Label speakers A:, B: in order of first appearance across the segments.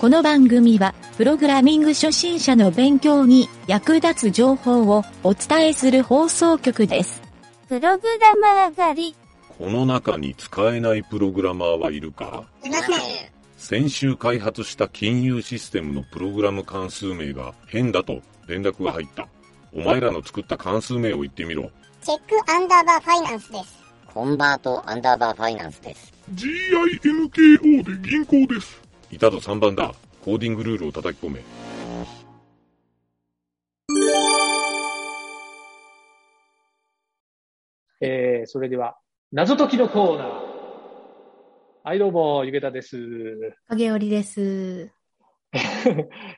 A: この番組は、プログラミング初心者の勉強に役立つ情報をお伝えする放送局です。
B: プログラマー上がり。
C: この中に使えないプログラマーはいるか
D: いません。
C: 先週開発した金融システムのプログラム関数名が変だと連絡が入った。お前らの作った関数名を言ってみろ。
D: チェックアンダーバーファイナンスです。
E: コンバートアンダーバーファイナンスです。
F: GIMKO で銀行です。
C: いたと3番だ。コーディングルールを叩き込め。
G: えー、それでは、謎解きのコーナー。はい、どうも、ゆげたです。
H: 影織です。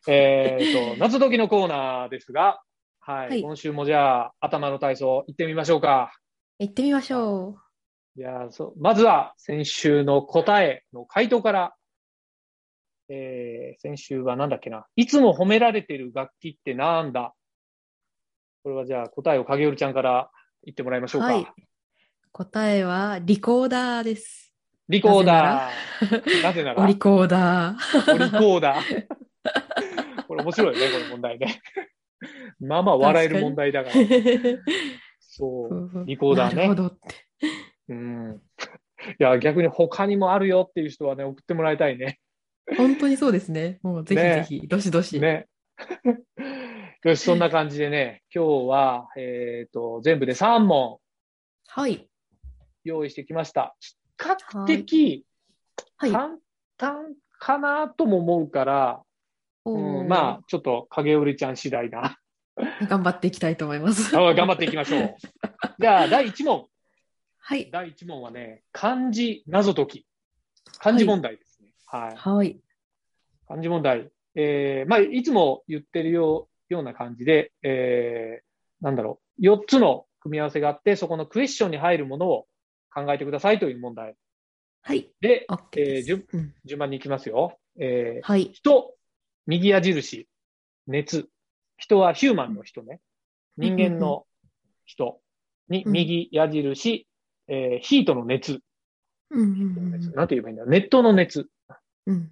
G: えーと、謎解きのコーナーですが、はい、
H: はい
G: 今週もじゃあ、頭の体操行ってみましょうか。
H: 行ってみましょ
G: いやーそう、まずは、先週の答えの回答から。えー、先週はなんだっけな。いつも褒められてる楽器ってなんだこれはじゃあ、答えを影織ちゃんから言ってもらいまし
H: う。
G: ょうか。
H: はい。答えは、リコーダーです。
G: リコーダー。 なぜなら。
H: おリコーダー。
G: おリコーダー。 これ面白いよね、この問題ね。 まあまあ笑える問題だから。そう。 リコーダーね
H: なるほどって。
G: うん。いや、逆に他にもあるよっていう人はね、送ってもらいたいね。
H: 本当にそうですね。もうぜひぜひ、どしどし。
G: ね。 よし、そんな感じでね、今日は、えっ、と、全部で3問
H: はい。
G: 用意してきました。比較的
H: はい。
G: 簡単かなとも思うから、うん、まあ、ちょっと影織ちゃん次第な。
H: あ、頑張っていきたいと思います。
G: あ頑張っていきましょう。じゃあ、第1問。
H: はい。
G: 第1問はね、漢字謎解き。漢字問題ですね。はい。
H: はい。
G: 漢字問題。えー、まあ、いつも言ってるようような感じで、えー、なんだろう。4つの組み合わせがあって、そこのクエスチョンに入るものを考えてくださいという問題。
H: はい。
G: で、
H: OK です。
G: えー
H: うん
G: 順番に行きますよ。えー、
H: はい。
G: 人、右矢印、熱。人はヒューマンの人ね。人間の人に
H: うん
G: 右矢印、えー、ヒートの熱。
H: うんうんうん
G: なんて言えばいいんだろう熱湯の熱。
H: うん。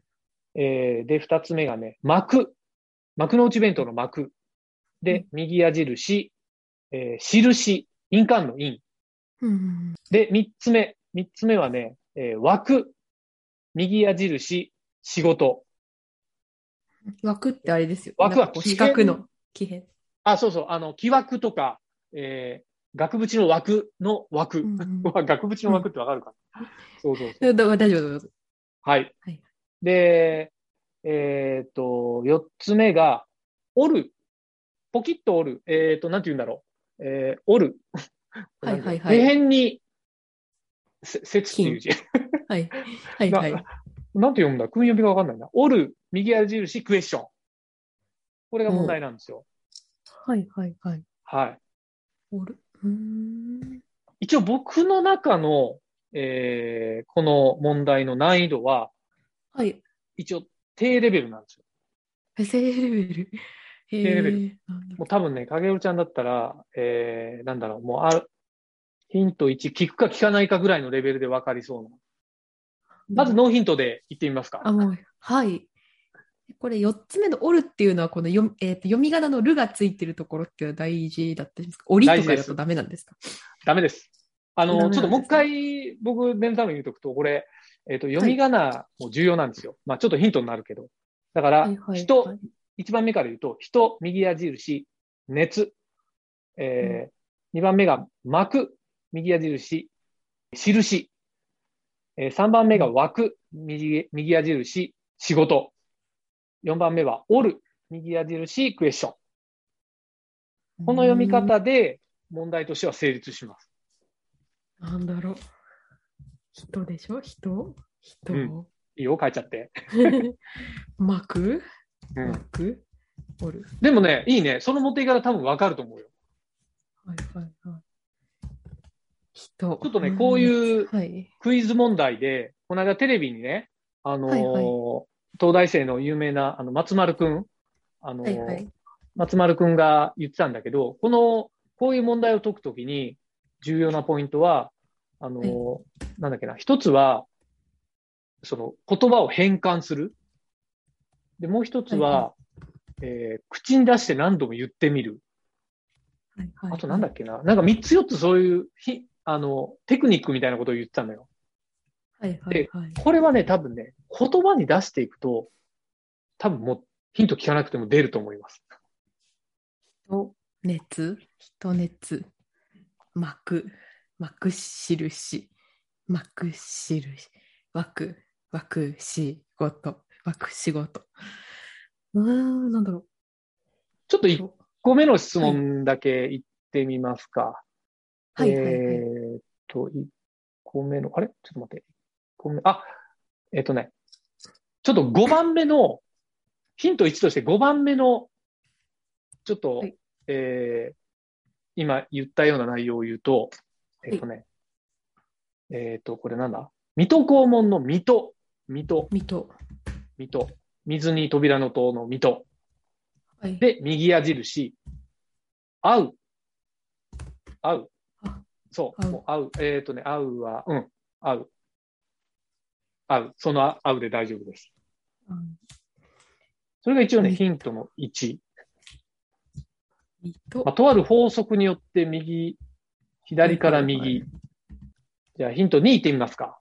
G: えーで、二つ目がね、幕。幕の内弁当の幕。で、右矢印、えー印、印鑑の印。
H: うんうん
G: で、三つ目。三つ目はね、えー枠。右矢印、仕事。
H: 枠ってあれですよ。
G: 枠
H: な
G: は
H: んかこう四角の木片。
G: あ、そうそう、あの、木枠とか、えー額縁の枠の
H: う
G: 枠。
H: んうん
G: うわ 額縁の枠ってわかるかな、そうそうそう。
H: だだ大丈夫、大丈
G: はい。
H: はい
G: で、えーっと、四つ目が、折る。ポキッと折る。えーっと、なんて言うんだろう。えー、折る。
H: はいはい はい
G: 底辺に、せ、節っていう字。
H: 夫。はい。はいはい。
G: なんて読むんだ訓読みがわかんないな。折る、右矢印、クエスチョン。これが問題なんですよ。
H: はいはいはい。
G: はい。
H: おる。うーん。
G: 一応僕の中の、えー、この問題の難易度は、
H: はい。
G: 一応低レベルなんですよ。
H: え、セレベル。低
G: レベル
H: なんだ
G: もう多分ね、影尾ちゃんだったら、えー、なんだろう、もうある、ヒント1、聞くか聞かないかぐらいのレベルで分かりそうな。まずノーヒントで言ってみますか。
H: あ、もう、はい。これ、4つ目の折るっていうのは、このよ、えーと読み仮名のるがついてるところっていうのは大事だったりしますか折りとかだとダメなんですか
G: ダメです。あ
H: ダメな
G: の、
H: ん
G: ち
H: です
G: ょ
H: ね
G: っともう一回、僕、念のために言うとくと、これ、えっ、と、読み仮名も重要なんですよ。まあ、ちょっとヒントになるけど。だから、
H: はいはい
G: 人、
H: はい
G: 1番目から言うと、人、右矢印、熱。えー2番目が膜、右矢印、印。えー3番目が枠、右右矢印、仕事。4番目は折る、右矢印、クエスチョン。この読み。
H: うーん
G: 方で問題としては成立します。
H: なんだろう。人でしょ人人、
G: ういいよ、書いちゃって。
H: 幕
G: うん
H: 幕折る。
G: でもね、いいね。その持っていき方多分わかると思うよ。
H: はいはいはい。人。
G: ちょっとね、こう
H: う
G: いう
H: ーん。はい。
G: クイズ問題で、この間テレビにね、あのー
H: はいはい
G: 東大生の有名なあの松丸くん、あのー
H: はいはい。
G: 松丸くんが言ってたんだけど、この、こういう問題を解くときに重要なポイントは、あのーなんだっけな、一つは、その言葉を変換する。で、もう一つ
H: はい
G: は、えー口に出して何度も言ってみる。
H: はいはい
G: あとなんだっけな。なんか3つ4つそういうひ、あの、テクニックみたいなことを言ってたのよ。
H: はいはいはい。
G: これはね、多分ね、言葉に出していくと、多分もうヒント聞かなくても出ると思います。
H: 人熱、人熱、膜、膜印、膜印、枠、枠仕事、枠仕事。うーん、なんだろ
G: ちょっと
H: う。
G: 1個目の質問だけ言ってみますか。
H: はいはいはい。
G: えーっと、1個目の、あれちょっと待って。1個目、あ、えーっとね、ちょっと5番目の、ヒント1として5番目の、ちょっと、
H: はい
G: えー今言ったような内容を言うと、えーっとね、えーっと、これなんだ水戸黄門の水戸、水戸、
H: 水戸。
G: 水戸、水に扉の塔の水戸。
H: はい。
G: で、右矢印、合う。合う
H: あ。
G: そう、
H: 合う
G: もう合う。えっ、とね、合うは、うん、合う。合う。その合うで大丈夫です。
H: うん
G: それが一応ね、
H: はい
G: ヒントの1。
H: 水戸
G: まあ、。とある法則によって右、左から右。
H: はい
G: じゃあヒント2いってみますか。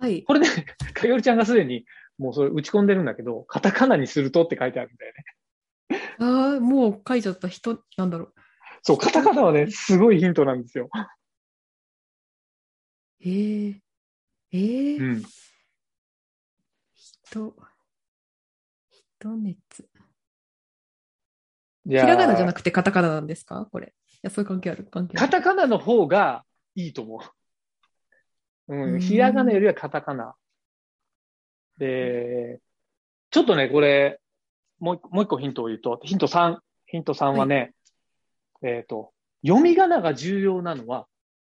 H: はい。
G: これね、 かよりちゃんがすでに、もうそれ打ち込んでるんだけど、カタカナにするとって書いてあるんだよね。
H: ああ、もう書いちゃった人、なんだろう。
G: そう、カタカナはね、すごいヒントなんですよ。
H: えー、えー、
G: うん。
H: 人、人熱。
G: じ
H: ひ
G: ゃあ
H: らがなじゃなくてカタカナなんですかこれ。いや、そういう関係ある関係あ
G: カ
H: る。
G: タカナの方がいいと思う。う、
H: うんん
G: ひらがなよりはカタカナ。で、ちょっとね、これ、もう一個もう一個ヒントを言うと、ヒント3、ヒント3はね、えっ、と、読み仮名が重要なのは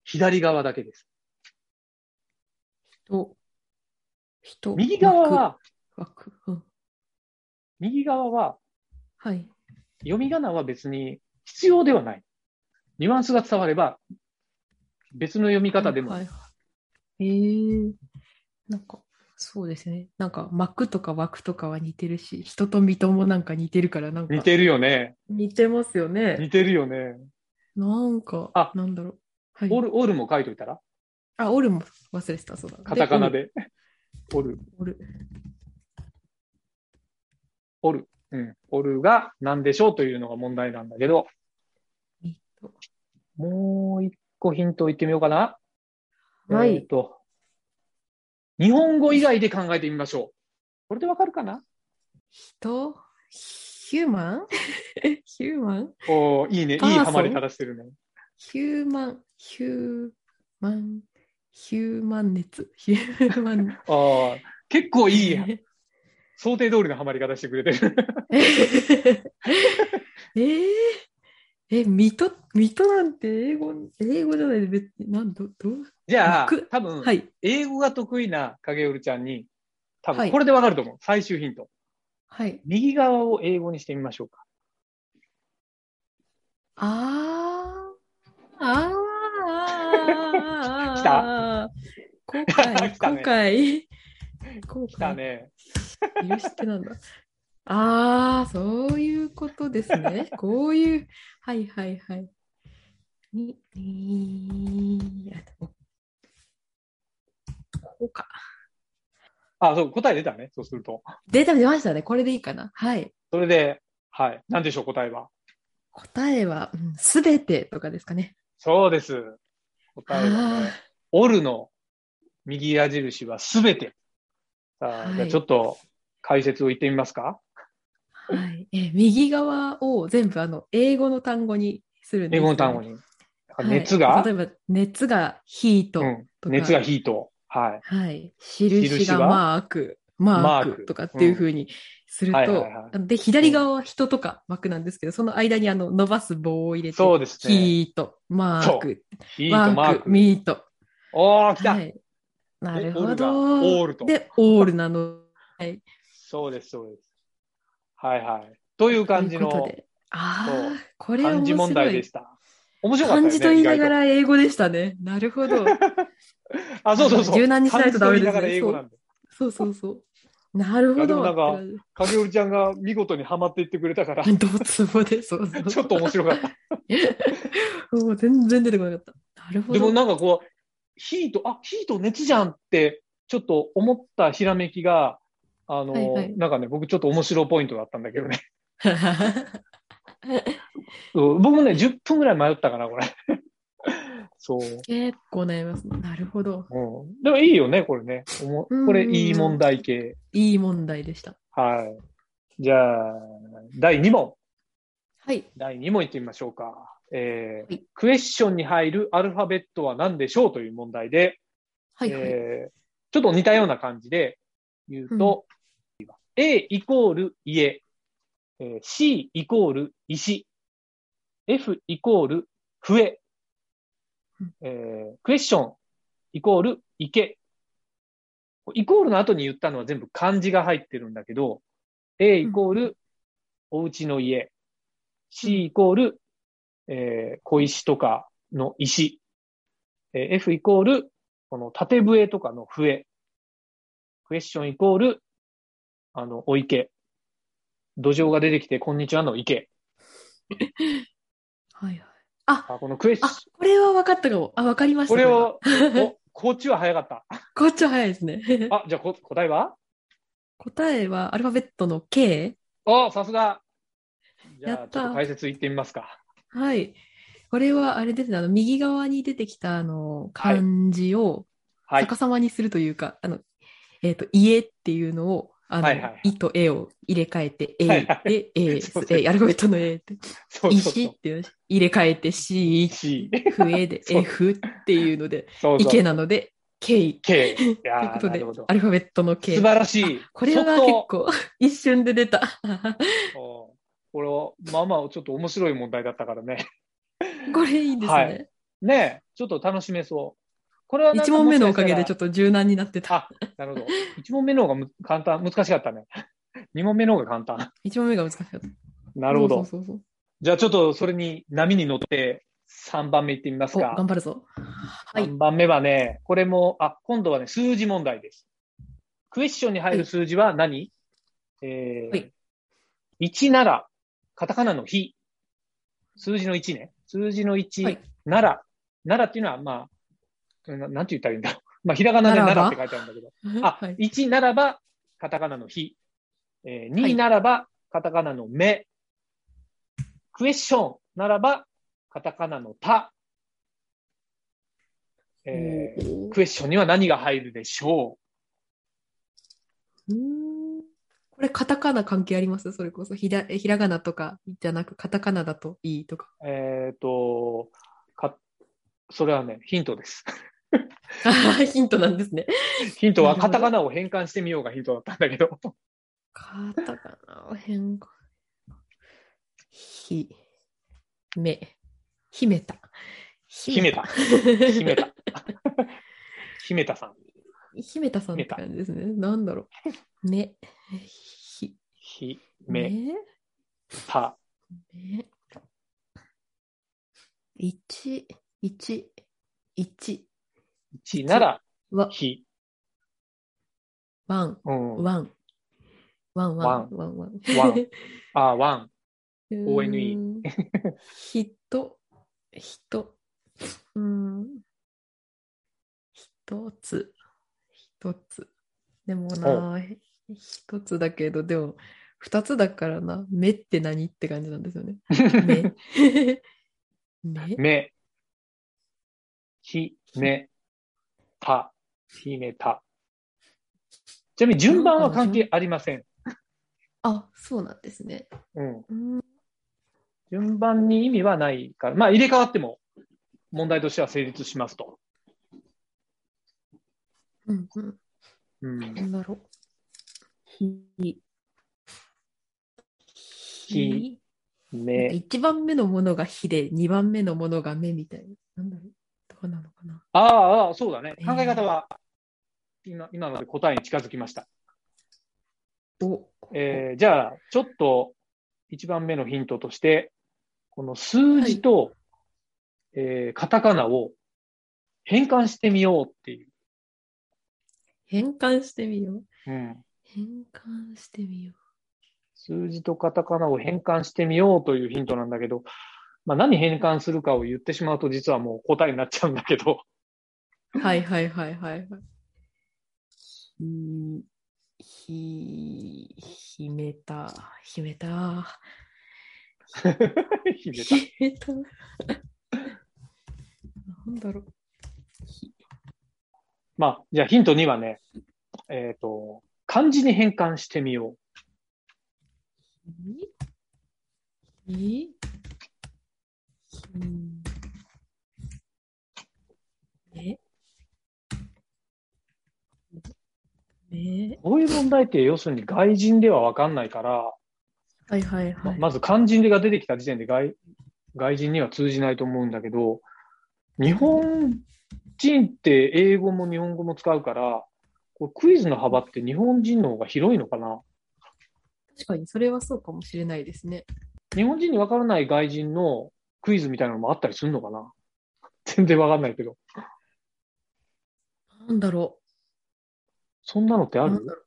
G: 左側だけです。
H: 人、人。
G: 右側は、
H: 枠、枠。うん。
G: 右側は、
H: はい。
G: 読み仮名は別に必要ではない。ニュアンスが伝われば、別の読み方でも、
H: はいはいはい。えー、なんか、そうですね。なんか、膜とか枠とかは似てるし、人と水戸もなんか似てるから、なんか。
G: 似てるよね。
H: 似てますよね。
G: 似てるよね。
H: なんか、
G: あ
H: なんだろう。はい、
G: オル、オルも書いといたら
H: あ、オルも忘れてた、そうだ。
G: カタカナ。で。おる、
H: オル。
G: おる。うん。おるが何でしょうというのが問題なんだけど、
H: 水戸
G: もう一個ヒントを言ってみようかな。
H: はい
G: えーと、日本語以外で考えてみましょう。これでわかるかな
H: 人、ヒューマ ンヒューマン
G: おーいいね。いい
H: パーソン
G: ハマり方してるね。
H: ヒューマン、ヒューマン、ヒューマン熱、ヒューマン。
G: あー結構いい、想定通りのハマり方してくれてる。
H: えー、え、水戸、水戸なんて英語、英語じゃないで、別に、なんど、どう、
G: じゃあ
H: 僕、
G: 多分、
H: はい、
G: 英語が得意な影るちゃんに、多
H: は
G: 分
H: い
G: これでわかると思う。最終ヒント。
H: はい。
G: 右側を英語にしてみましょうか。
H: あー、あー、あー、
G: 来
H: た後悔、
G: 来た
H: 後
G: ね
H: 悔、後
G: 来た
H: 悔、
G: ね。
H: 許してなんだ。ああ、そういうことですね。 こういう、はいはいはい。に、に、あ、でもこうか。
G: あ、そう、答え出たね。そうすると。
H: データ出ましたね。これでいいかな。はい。
G: それで、はい。なんでしょう、答えは。
H: 答えは、すべてとかですかね。
G: そうです。答えは、
H: あ
G: ね、オルの右矢印はすべて。さあ、
H: はい
G: じゃあちょっと解説を言ってみますか。
H: あ、はい。えー、右側を全部、あの、英語の単語にするんです
G: 英
H: よ
G: 語の単語に。だから
H: はい
G: 熱が、
H: 例えば、熱がヒート
G: うん、
H: とか。
G: 熱がヒート。はい。
H: はい。
G: 印
H: 印
G: が
H: がマーク、マ
G: マー
H: ー
G: ク
H: クとかっていう風にする
G: はい
H: と
G: はいは、
H: で、左側は人とか枠なんですけど、その間にあの伸ばす棒を入れて、
G: そうですね。
H: ヒート、マーク、
G: ヒー
H: マ
G: ト、マー
H: ーク、
G: ク。
H: ミート。
G: おー、来た、
H: はい。なるほ
G: オルが
H: ど。
G: オールと
H: で、オールなの。はい。
G: そうです、そうです。はいはい。という感じ
H: というこ
G: の
H: とで。あ
G: そう
H: あ、これは
G: 漢
H: 面
G: 字問
H: 白
G: 題で
H: い
G: し。た。面白かった
H: 漢
G: よね。
H: 字と言いなが
G: 意
H: ら英語でしたね。なるほど。
G: 外と。あ、そうそうそう。
H: 柔軟にしないとダメですね
G: 漢字と言いながら英語なんで。
H: そうそうそう。なるほ
G: いやで
H: ど。
G: もなんか影織ちゃんが見事にはまっていってくれた から、
H: ドツボで、そうそう。
G: ちょっと面白かった。
H: もう全然出てこなかった。なるほど。
G: でもなんかこう、火と、あ、火と熱じゃんって、ちょっと思ったひらめきが、あの、
H: はいはい
G: なんかね、僕ちょっと面白いポイントだったんだけどね。うん僕もね、10分ぐらい迷ったかな、これ。 そう。
H: 結構悩みますね。なるほど。
G: うん、でもいいよね、これね。おも
H: うん
G: これいい問題系。
H: いい問題でした。
G: はい。じゃあ、第2問。
H: はい。
G: 第2問いってみましょうか。え
H: は
G: ー
H: い
G: クエスチョンに入るアルファベットは何でしょうという問題で、
H: はい、はい。
G: えーちょっと似たような感じで言うと、A イコール家、えー C イコール石、F イコール笛
H: うん、
G: えークエスチョンイコール池。イコールの後に言ったのは全部漢字が入ってるんだけど、A イコールお家の家、C イコール、えー小石とかの石、えー F イコールこの縦笛とかの笛。クエスチョンイコール、あの、お池。土壌が出てきて、こんにちはの池。
H: はいはい。
G: あ、このクエスチョ
H: あ、これは分かったかも。あ、分かりま
G: ン。
H: した。
G: これを、
H: れは。
G: お、こっちは早かった。
H: こっちは早いですね。
G: あ、じゃあこ答えは
H: 答えはアルファベットの K?
G: おさすが。じ
H: や
G: ゃあ、
H: っ
G: ち
H: た
G: ょっと解説いってみますか。
H: はい。これはあれですね、あの右側に出てきたあの漢字を
G: はい
H: 逆。さまにするというか、あの、えっ、と、家っていうのを、あの、
G: はいはいはい
H: いとえを入れ替えて、
G: は
H: A
G: いは
H: で A です、
G: そうそう
H: A アルファベットの A って、
G: そうそう
H: 石
G: そ
H: っ
G: う。
H: ていうの入れ替えて C、
G: 石
H: 笛で
G: そう
H: F っていうので、
G: そうそう。
H: 池なので K と
G: K。い
H: いう
G: や
H: こ
G: ー
H: と
G: な
H: で
G: るほど、。
H: アルファベットの K
G: 素。晴らしい。
H: これは結構一瞬で出た。
G: 構。これは、まあまあ、ちょっと面白い問題だったからね。
H: これいいですね。
G: はいねえ、ちょっと楽しめそう。これはなん
H: 一
G: か
H: 問目のおかげでちょ
G: っ
H: っと柔軟になってた。
G: あ、なるほど。一問目の方がむ簡単、難しかったね。 二問目の方が簡単。
H: 一問目が難しかった。
G: なるほど。
H: そうそうそう
G: じゃあちょっとそれに波に乗って3番目いってみます
H: そうお
G: か
H: 頑。張るぞ。はい。
G: 3番目はね、これも、あ、今度はね、数字問題です。クエスチョンに入る数字は何、え
H: は
G: ー
H: い、
G: 1なら、カタカナの日。数字の1ね。数字の1、
H: はい
G: なら、ならっていうのは、まあ、ななんて言ったらいいんだろう。まあ、ひらがなで
H: な
G: な
H: らば
G: らって書いてあるんだけど。あ、
H: はい。
G: 1ならば、カタカナの日。えー、
H: は
G: 2
H: い
G: ならば、カタカナの目。クエスチョンならば、カタカナのた。えー
H: おー
G: クエスチョンには何が入るでしょ
H: うーんこれ、カタカナ関係ありますそれこそひら、ひらがなとかじゃなく、カタカナだといいとか。
G: うえっ、と、か、それはね、ヒントです。
H: あヒントなんですね。
G: ヒントは
H: なるほ
G: カ
H: ど
G: タカナを変換してみようがヒントだったんだ けど。
H: カタカナを変更。ひ、め、ひめた。ひ
G: ひ めた。ひめた。 ひめたさん。
H: ひめたさんって感じですね。なんだろう。め、ひ、
G: ひめ
H: め
G: た。
H: ね一、一、一、
G: 1なら、
H: わ、
G: ひ。
H: ワン、
G: うん。
H: ワン、ワン、ワン、ワン、ワン、
G: ワンあ、ワン。ONE
H: うーん。人、人、うーん。一つ、一つ。でもな、一つだけど、でも、二つだからな、目って何って感じなんですよ ね。目。目
G: め、ひめた、ひめた。ちなみに順番は関係ありません。
H: あ、そうなんですね。
G: うん。
H: うーん
G: 順番に意味はないから、まあ入れ替わっても問題としては成立しますと。
H: うんうん。
G: うん
H: な。んだろう。ひ、
G: ひ、
H: なんか
G: め、
H: 一番目のものがひで、二番目のものが目みたいな。なんだろう。どうなのかな。
G: ああああ、そうだね。考え方は、今、今ので答えに近づきました。
H: お、
G: えーじゃあ、ちょっと一番目のヒントとして、この数字と、えーカタカナを変換してみようっていう。
H: 変換してみよう。
G: うん
H: 変換してみよ
G: 数字とカタカナを変換してみようというヒントなんだけど、まあ、何変換するかを言ってしまうと実はもう答えになっちゃうんだけど、
H: う。はいはいはいはいはい。ひ、ひ、ひめた、ひ めた、
G: 秘めた
H: ひめた。なんだろう。ひ
G: まあ、じゃあヒント2はね、えっ、と、漢字に変換してみよう。
H: ひ、ひ、ひ、め、め、
G: こういう問題って要するに外人ではわかんないから、
H: はいはいは
G: ま
H: い。
G: まず漢字が出てきた時点で外外人には通じないと思うんだけど、日本人って英語も日本語も使うから、こうクイズの幅って日本人の方が広いのかな
H: 確かに、それはそうかもしれないですね。
G: 日本人にわからない外人のクイズみたいなのもあったりするのかな 全然わかんないけど。
H: なんだろ
G: そんなのって
H: う。
G: あ
H: な
G: る
H: んだろう。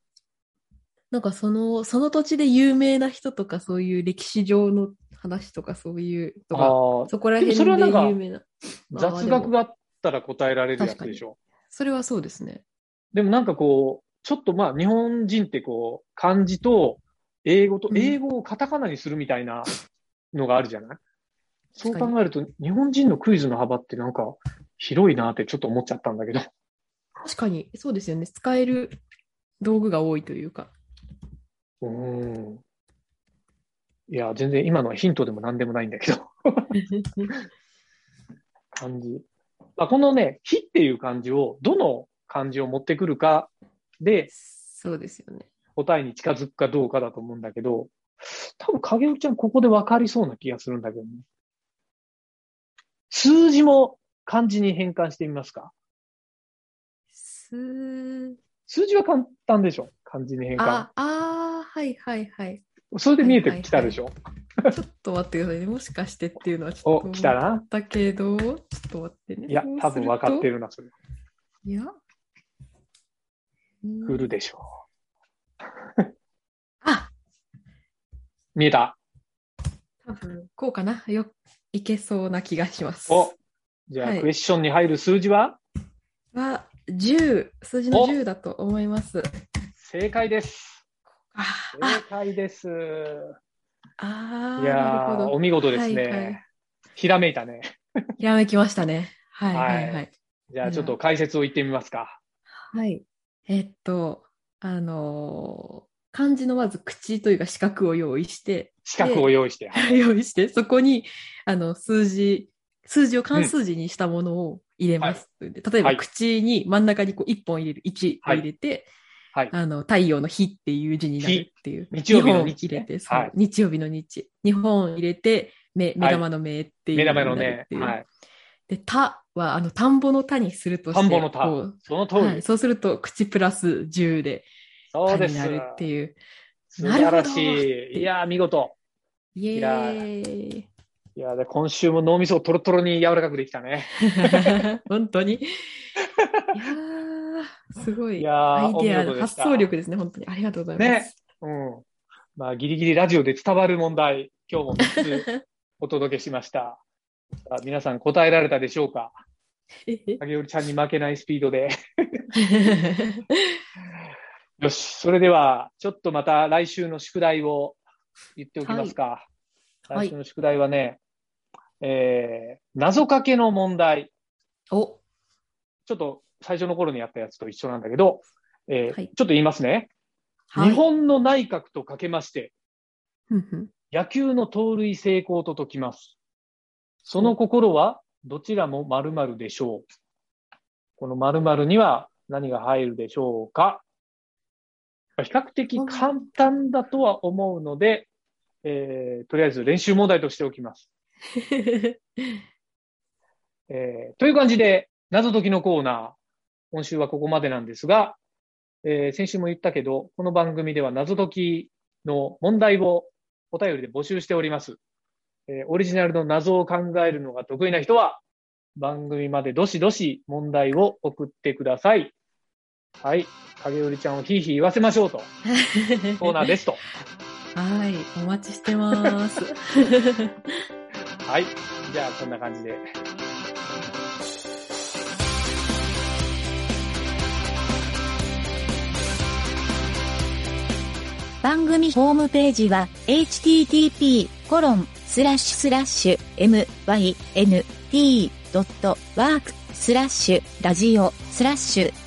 H: なんかその、その土地で有名な人とか、そういう歴史上の話とか、そういうとか、
G: ああ、
H: そこら辺
G: でもそれはなん
H: で
G: か
H: 有名な。まあ
G: 雑学があったら答えられるやつでしょ。
H: それはそうですね。
G: でもなんかこう、ちょっとまあ日本人ってこう、漢字と英語と、
H: うん
G: 英語をカタカナにするみたいなのがあるじゃないそう
H: 確かに
G: 考えると、日本人のクイズの幅ってなんか広いなってちょっと思っちゃったんだけど。
H: 確かに、そうですよね。使える道具が多いというか。
G: うーん。いや、全然今のはヒントでも何でもないんだけど、漢字。まあ、このね、火っていう漢字を、どの漢字を持ってくるかで、
H: そうですよね。
G: 答えに近づくかどうかだと思うんだけど、多分影尾ちゃんここで分かりそうな気がするんだけどね。数字も漢字に変換してみますか
H: す
G: 数字は簡単でしょ漢字に変換。
H: あ、あー、はいはいはい。
G: それで見えてきたでしょ、
H: ちょっと待ってくださいね。もしかしてっていうのはちょっと
G: お、来たな。
H: だけど、ちょっと待ってね。
G: いや
H: そう、
G: 多分分かって
H: る
G: るな、それ。
H: と。いや。うん
G: 振るでしょ
H: あ、
G: う。見えた。
H: 多分こうかな。よ、いけそうな気がします。
G: おじゃあ、
H: はい
G: クエスチョンに入る数字は
H: は、10、数字の
G: お
H: 10だと思います。
G: 正解です。
H: あ
G: 正解です。
H: あー、
G: いや
H: なる
G: ー、
H: ほ
G: お
H: ど。
G: 見事ですね。
H: はいはい
G: ひらめいたね。
H: ひらめきましたね。はいはい
G: は
H: はいい。
G: じゃあ、ちょっと解説を言ってみますか。
H: はい。えっと、あのー漢字のまず口というか四角を用意して、
G: 資格を用意して。は い
H: 用意して、そこに、あの、数字、数字を漢数字にしたものを入れます。で例え
G: は
H: ば、
G: い
H: 口に真ん中にこう1本入れる、1を入れて、
G: はい
H: あの、太陽の日っていう字になるっていう。
G: 日日曜日の
H: 日本
G: 日
H: 入
G: ね
H: れて、そう
G: はい
H: 日曜日の日。日本入れて、目、目玉の目っていう字
G: 目
H: に
G: 玉
H: な
G: の
H: る
G: ね
H: っ、ていう。
G: はい。
H: で、田は、あの、田んぼの田にするとして、
G: 田んぼの田
H: こう
G: その通
H: は
G: り
H: い、
G: です。
H: そうすると口プラス10で
G: そう
H: 歯
G: で
H: に
G: す。
H: なるっていう。
G: 素晴ら
H: なる
G: し
H: ほ
G: い。
H: ど
G: いやー、見事。
H: イエーイ
G: いやーで今週も脳みそをトロトロに柔らかくできたね。
H: 本当に。いやーすごい
G: いやー
H: アイデ
G: お見
H: ア、
G: 事でし
H: 発
G: た
H: 想力ですね、本当に。ありがとうございます。
G: うん。まあ、ギリギリラジオで伝わる問題、今日も3つお届けしました。さあ皆さん答えられたでしょうか 影織ちゃんに負けないスピードで。よし。それでは、ちょっとまた来週の宿題を言っておきますか。
H: はいはい
G: 来週の宿題はね、えー、謎かけの問題。
H: お、
G: ちょっと最初の頃にやったやつと一緒なんだけど、えー
H: はい
G: ちょっと言いますね。
H: はい
G: 日本の内閣とかけまして、
H: ふんふん
G: 野球の盗塁成功と解きます。その心はどちらも〇〇でしょう。この〇〇には何が入るでしょうかまあ比較的簡単だとは思うので、えーとりあえず練習問題としておきます。えーという感じで、謎解きのコーナー、今週はここまでなんですが、えー先週も言ったけど、この番組では謎解きの問題をお便りで募集しております。えーオリジナルの謎を考えるのが得意な人は、番組までどしどし問題を送ってください。はい。影織ちゃんをひいひい言わせましょうと。コーナーですと。
H: はい、お待ちしてます。
G: はい。じゃあ、こんな感じで。
A: 番組ホームページは http コロンスラッシュスラッシュ mynt.work スラッシュラジオスラッシュ